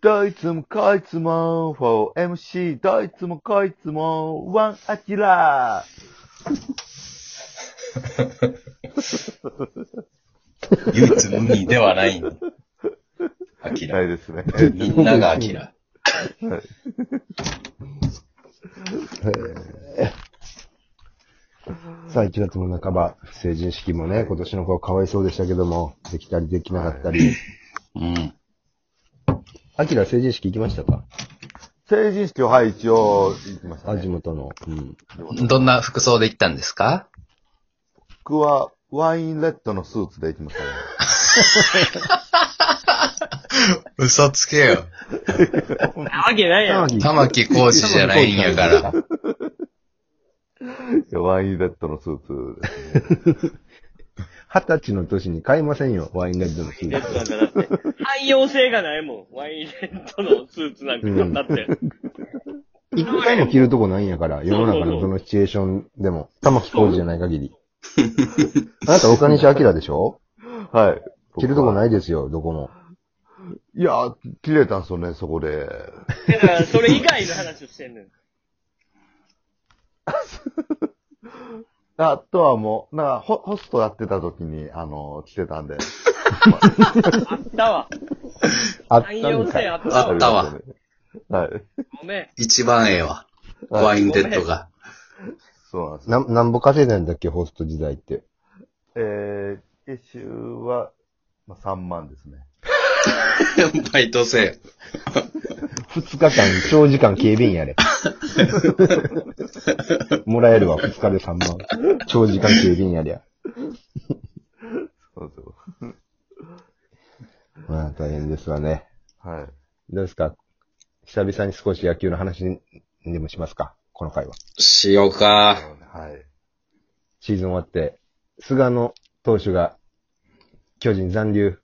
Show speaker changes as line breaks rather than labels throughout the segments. どいつもこいつも、4MC、どいつもこいつも、ワンアキラ
唯一無二ではない。アキ
ー。な
ラ。
いですね。
みんながアキラ。
さあ、1月も半ば、成人式もね、今年の子かわいそうでしたけども、できたりできなかったり。
うん。
アキラ成人式行きましたか
成人式を、はい、一応、行きました
あ、地
ね。
元の。うん。
どんな服装で行ったんですか
僕は、ワインレッドのスーツで行きましたね。
嘘つけよ。
なわけないやろ。
玉木浩二じゃないんやから。
いや ワインレッドのスーツです。
二十歳の年に買いませんよ、ワインレッドの日
レッドなんかだって、汎用性がないもん。ワインレッドのスーツなんか、
うん
だって。
いくらも着るとこないんやから、世の中のどのシチュエーションでも、玉木浩二じゃない限り。あなた、岡西明でしょ
はい。
着るとこないいですよ、どこも。
いや、切れたんですよね、そこで。
だから、それ以外の話をしてんねん。
あとはもう、なんかホ、ホストやってた時に、あの、来てたんで。
あったわ。
あった
汎
ん
用
か
性
い。
あったわ
あ。ったわ
はい。
ごめん。
一番ええわ。ワインデッドが。
そうなんですよ。
な、なんぼ稼いだんだっけ、ホスト時代って。
えー、月収は、まあ、3万ですね。
バイトせえ。
二日間、長時間警備員や れ。もらえるわ、二日で3万。長時間警備員やりゃ。
そうですよ。
まあ、大変ですわね。
はい。
どうですか久々に少し野球の話にでもしますかこの回は。
しようか。
はい。
シーズン終わって、菅野投手が巨人残留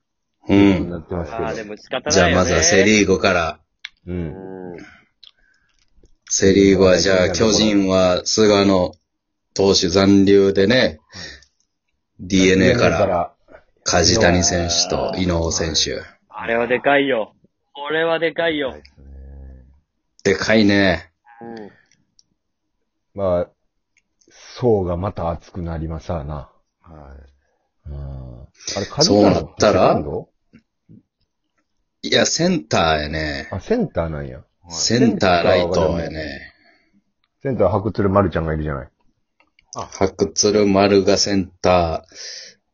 う。
になんってますけど。
ああ、でも仕方
じゃ
な
あ
いよ、ね。
まずはセリーゴから。
うん。
セリーゴはじゃあ巨人は菅野投手残留でね、DNA から梶谷選手と井上選手。
あれはでかいよ。これはでかいよ。
はいですね。
でかいね。
うん。
まあ、層がまた熱くなりますわな。
は
うん。あれ、
そうなったら
セカンド
いや、センターやね。
あ、センターなんや。
い。はい。
センターライトやね。
センター白鶴丸ちゃんがいるじゃない。
白鶴丸がセンター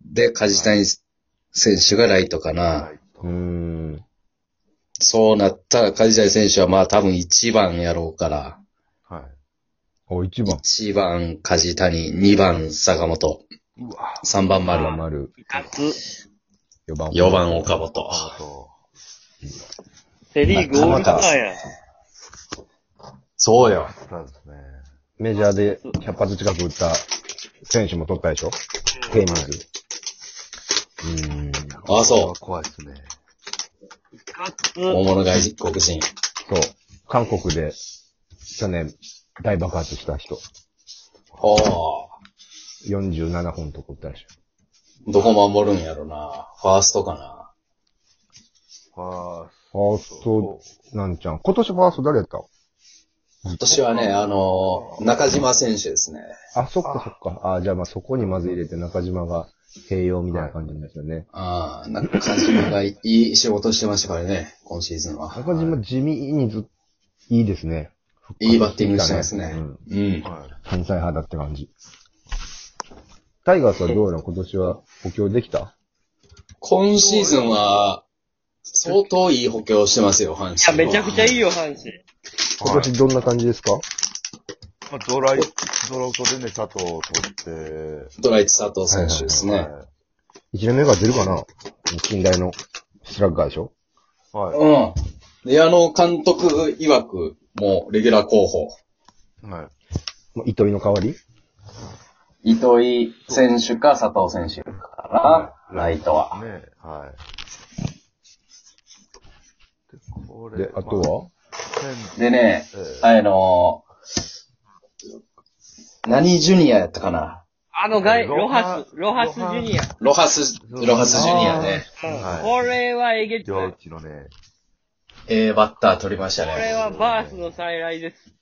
で、梶谷選手がライトかな。
うーん。
そうなったら梶谷選手はまあ多分1番やろうから。
はい。
お、一番。
1番梶谷、2番坂本、
うわ
3番
丸
丸、
丸。
かつ、
4番。
4番岡本。
あと、
セリーグオールスターや。
そうよ。
スターですね。
メジャーで100発近く打った選手も取ったでしょテイマーズ。うーん。
あ、
これ
そ
は怖いですね。
かつ、
う。大物外国人。
そう。韓国で去年大爆発した人。
おー。
47本と取ったでし
どこ守るんやろな。ファーストかな。
あ
ょ。ファースト、なんちゃん。今年ファースト誰やった
今年はね、あのー中島選手ですね。
あ、そっかそっか。あ、じゃあまあそこにまず入れて中島が併用みたいな感じになったよね。
ああ、中島がいい仕事してましたからね、今シーズンは。
中島地味にずっいいですね。
いいバッティングしてますね。
うん
うん
あ。。はい。
天才派だって感じ。タイガースはどうなの今年は補強できた
今シーズンは、相当いい補強してますよ、阪
いや、
神。
めちゃくちゃいいよ、阪神。
今年どんな感じですか、
まあ、ドライ、ドロートでね、佐藤を取って、
ドライチ佐藤選手ですね。
は
一年目が出るかな近代のスラッガーでしょ
い。は
うん。で、あの、監督曰く、もう、レギュラー候補。
い。はい。
もう糸井の代わり
糸井選手か佐藤選手かな、ライトは。
ねはい。で、これ
で、あとは、
でね、
は
あのー何ジュニアやったかな
あの外、ロ
ロ
ハ
ハ
ス、ロハスジュニア。
ロハス、ロハスジュニアね。
うん
はい
これはえげつ
両
ない。
一のね、
ええバッター取りました
これ
ね。
はバースの再来です。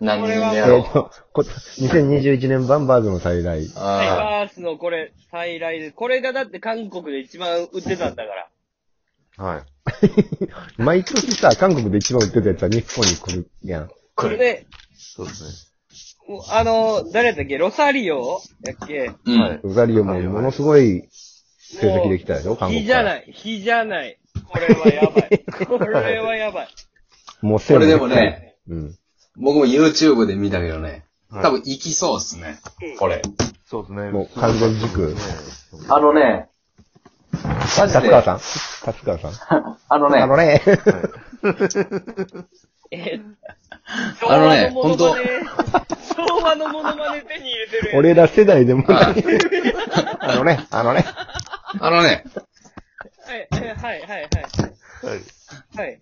何人目
え
や
ー
ろ
と、こ2021年版バーズの再来。
はい、
あ
バースのこれ、再来です。これがだって韓国で一番売ってたんだから。
はい。毎年さ、韓国で一番売ってたやつは日本に来るやん。
これで、
そうです
もうあの、誰だっけロサリオやっけ
あ。うん。
ロザリオもものすごい成績できたでしょ、韓国。
日じゃ
い。
ない、日じゃない。これはやば い。これはやばい。
もう背
これ
もで
で
か
も
い
ね、
うん。
僕も YouTube で見たけどね、
はい
多分行きそうっすね。これ。
ね。そうですね。
もう完全軸。
あのね、マジ
達
で
川、さん達川さん。
あのね
あ、のね、
え
あのね
昭和のモノマネ 昭和のモノマネ手に入れてるやん。
俺ら世代でもない。あのね、あのね。
あのね、
はい、はい、はい、はい。
はい。
はい。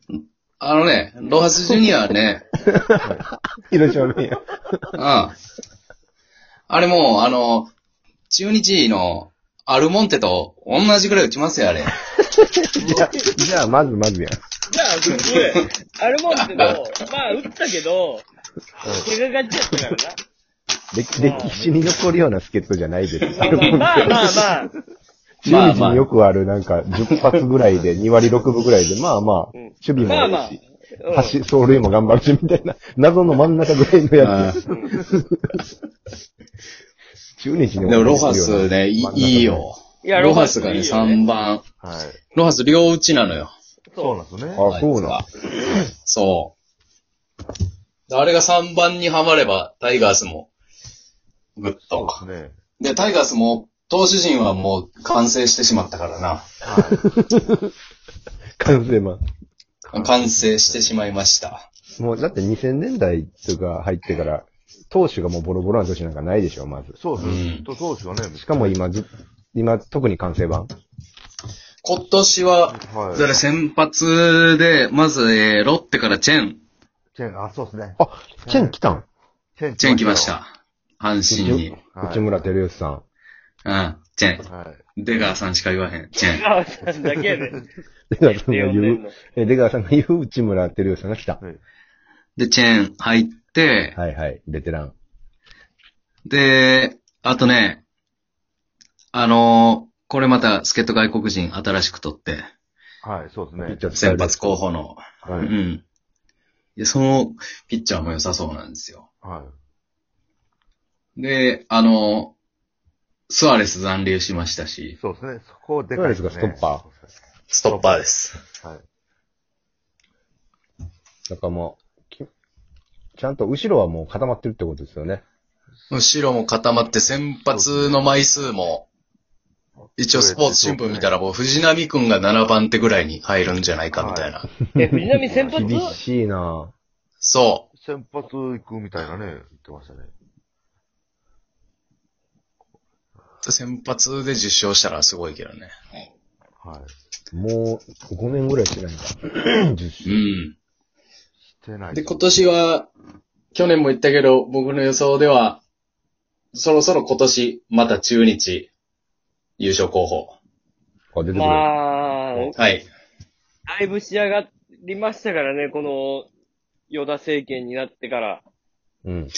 あのね、ロハスジュニアはね、
広島のや。
うん。あれもう、あの、中日のアルモンテと同じぐらい打ちますよ、あれ。
じゃあ、じゃあ、まずまずやん。
じゃあ、普通、アルモンテの、 まあ、打ったけど、怪我がちやったからな。
歴歴史に残るような助っ人じゃないです。
まあまあまあ、
中日によくある、なんか、10発ぐらいで、2割6分ぐらいで、まあまあ、
うん
守備も
ま
あ
あまあ
るし、。
うん
走、走塁も頑張るし、みたいな、 謎の真ん中ぐらいのや
う
つ。中日に
ん
も
でもロハスね、いいいよ。。
いや
ロハスがね、
ロハスいいよね
3番。
はい。
ロハス両打ちなのよ。
そうなんですよね。
あ、そうなん。
そう。あれが3番にはまれば、タイガースも、ぐっ
そ
と。
うですね。
で、タイガースも、投手陣はもう完成してしまったからな。
はい。
完成版。
完成してしまいました。
もう、だって2000年代とか入ってから、投手がもうボロボロな年なんかないでしょ、まず。
そうです
う
ね
ん。
とそうですよね。
しかも今ず、今、特に完成版。
今年は、
は
だから先発で、まず、えー、ロッテからチェン、
チェン、あ、そうですね。
あ、チェン来たん
チェン、
チェン来まし。た。阪神に。
はい
内村照吉さん。
うん、チェン。
はい。
出川さんしか言わへん、チェン。
ロハスさんだけやで。
出川さんが
呼んで
言
んの
う、え出川さんが言う内村照吉さんが来た。
で、チェン入って、
はいはい、ベテラン。
で、あとね、あのーこれまた、助っ人外国人新しく取って、
はい、そうです
ピッ
ね
チ。ャー使え
先
る
発候補の、
は
う
い。
ん。で、その、ピッチャーも良さそうなんですよ。
は
で、あのースアレス残留しました
い。
し、
そうですね。そこでかいですね。
ストレスがストッパ
ストッパーです。
ー。はい。
だからもう、きちゃんと後ろはもう固まってるってことですよね。
後ろも固まって、先発の枚数も、一応スポーツ新聞見たらもう藤波くんが7番手ぐらいに入るんじゃないかみたいな。
え、藤波先発
厳しいな
そ
先発行くみたいなね、言ってましたね。
う。先発で10勝したらすごいけどね。
はい。
ぁもう、5年ぐらいしてないんだ。10
う
周
ん。
してない。
で、今年は、去年も言ったけど、僕の予想では、そろそろ今年、また中日、優勝候補。
あ、出てくる。
まあ、
はい。
だいぶ仕上がりましたからね、この、与田政権になってから。
うん。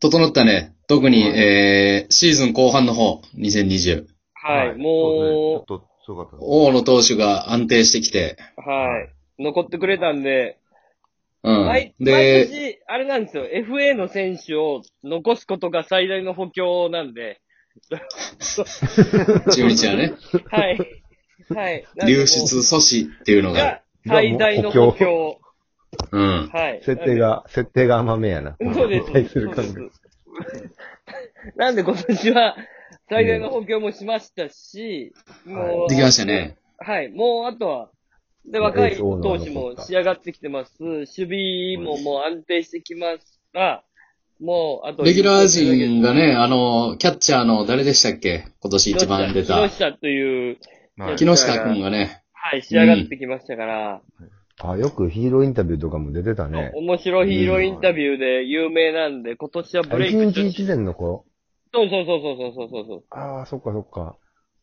整ったね。特に、えー、シーズン後半の方、2020。
はい、
そうですねち
も
ょっと、すごかったです。
大野投手が安定してきて、
う、はい、残ってくれたんで、
うん。
毎毎
で、
年、あれなんですよ、FA の選手を残すことが最大の補強なんで、
中日は ね、
はい、はい。なんでもう
流出阻止っていうのが
が、最大の補強。
うん。
はい。
設定が、設定が甘めやな。
そうです。
対する感
そうで
覚。
すなんで今年は、最大の補強もしましたし、もう、
できましたね。
はい、もうあとは、で、
もう
若
エー
い
スオーナー
投
の
手も
方か
仕上がってきてます。守備ももう安定してきました。もう、あと、
レギュラー陣がね、あの、キャッチャーの誰でしたっけ今年一番出た
木。下という、
はい
木下くんがね、
はい、仕上がってきましたから、
あ、よくヒーローインタビューとかも出てたね。
面白ヒーローインタビューで有名なんで、今年は
あ
ブレ
れ
イク
中
し
日以前の頃
そうそうそうそうそうそうそう。
ああ、そっかそっか。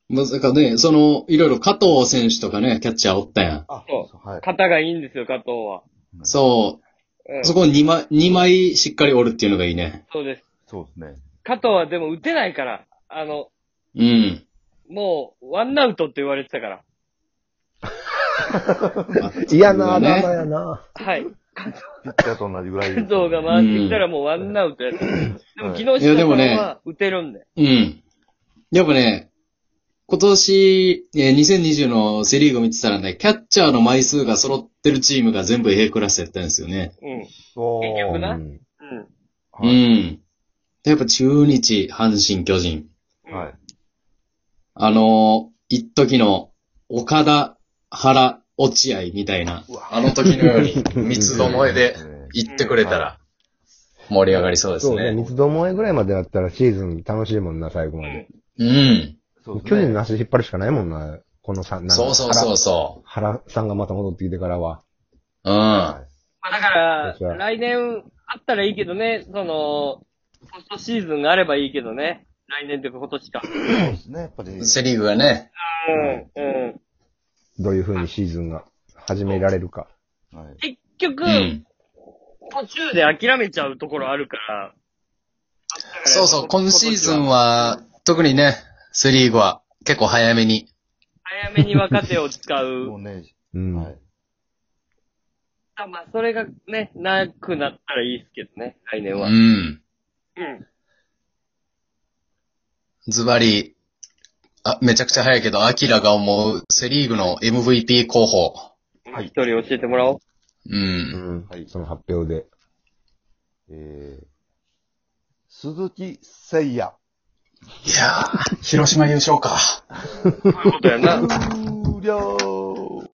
まさかね、その、いろいろ加藤選手とかね、キャッチャーおったやん。
あ。
そう
はい。
肩がいいんですよ、加藤は。
そうう。
ん。
そこ2枚、二枚しっかり折るっていうのがいいね。
そうです。
そうですね。
加藤はでも打てないから、あの、
うん。
もう、ワンアウトって言われてたから。
嫌なあだ名
ね。
やな。
はい。
ピッチャーと同じぐら い。
加藤が回ってきたらもうワンアウトやった。でも昨日
いやでもね
下川は打てるんで。
うん。やっぱね、今年、えー2020のセリーグ見てたらね、キャッチャーの枚数が揃ってるチームが全部 A クラスやったんですよね。
うん。うん。
おー
結局な
うん
は
う
い。
ん。でやっぱ中日、阪神、巨人。
はい。
あのー、一時の岡田、原、落合みたいな、あの時のように三つどもえで行ってくれたら盛り上がりそうです
そう
ね。
ね。三つどもえぐらいまでやったらシーズン楽しいもんな、最後まで。
うん。
そうです
巨
ね
人の足引っ張るしかないもんな、この3、なんか
そうそうそうそ
原原さんがまた戻ってきてからは。
う。うん。
まあだか
私
ら、
は
来年あったらいいけどね、その、ポストシーズンがあればいいけどね。来年というか今年か。
そうですね、やっぱり。
セリーグがね、
うん。うん。
どういう風にシーズンが始められるか。
はい
結局、
うん。
途中で諦めちゃうところあるから。
そうそう、今シーズン
は。
は、特にね、セリーグは結構早めに。
早めに若手を使
も
う
う。ね、
うん。
はい。
まあ、それがね、なくなったらいいですけどね、来年
う
は。
ん。
うん。
ズバリ、あ、めちゃくちゃ早いけど、アキラが思うセリーグの MVP 候補。
はい
一人教えてもらおう。
う。
うんん
はい
その発表で。
えー、鈴木誠也。
いやー、広島優勝か。
そういうことやな。
終了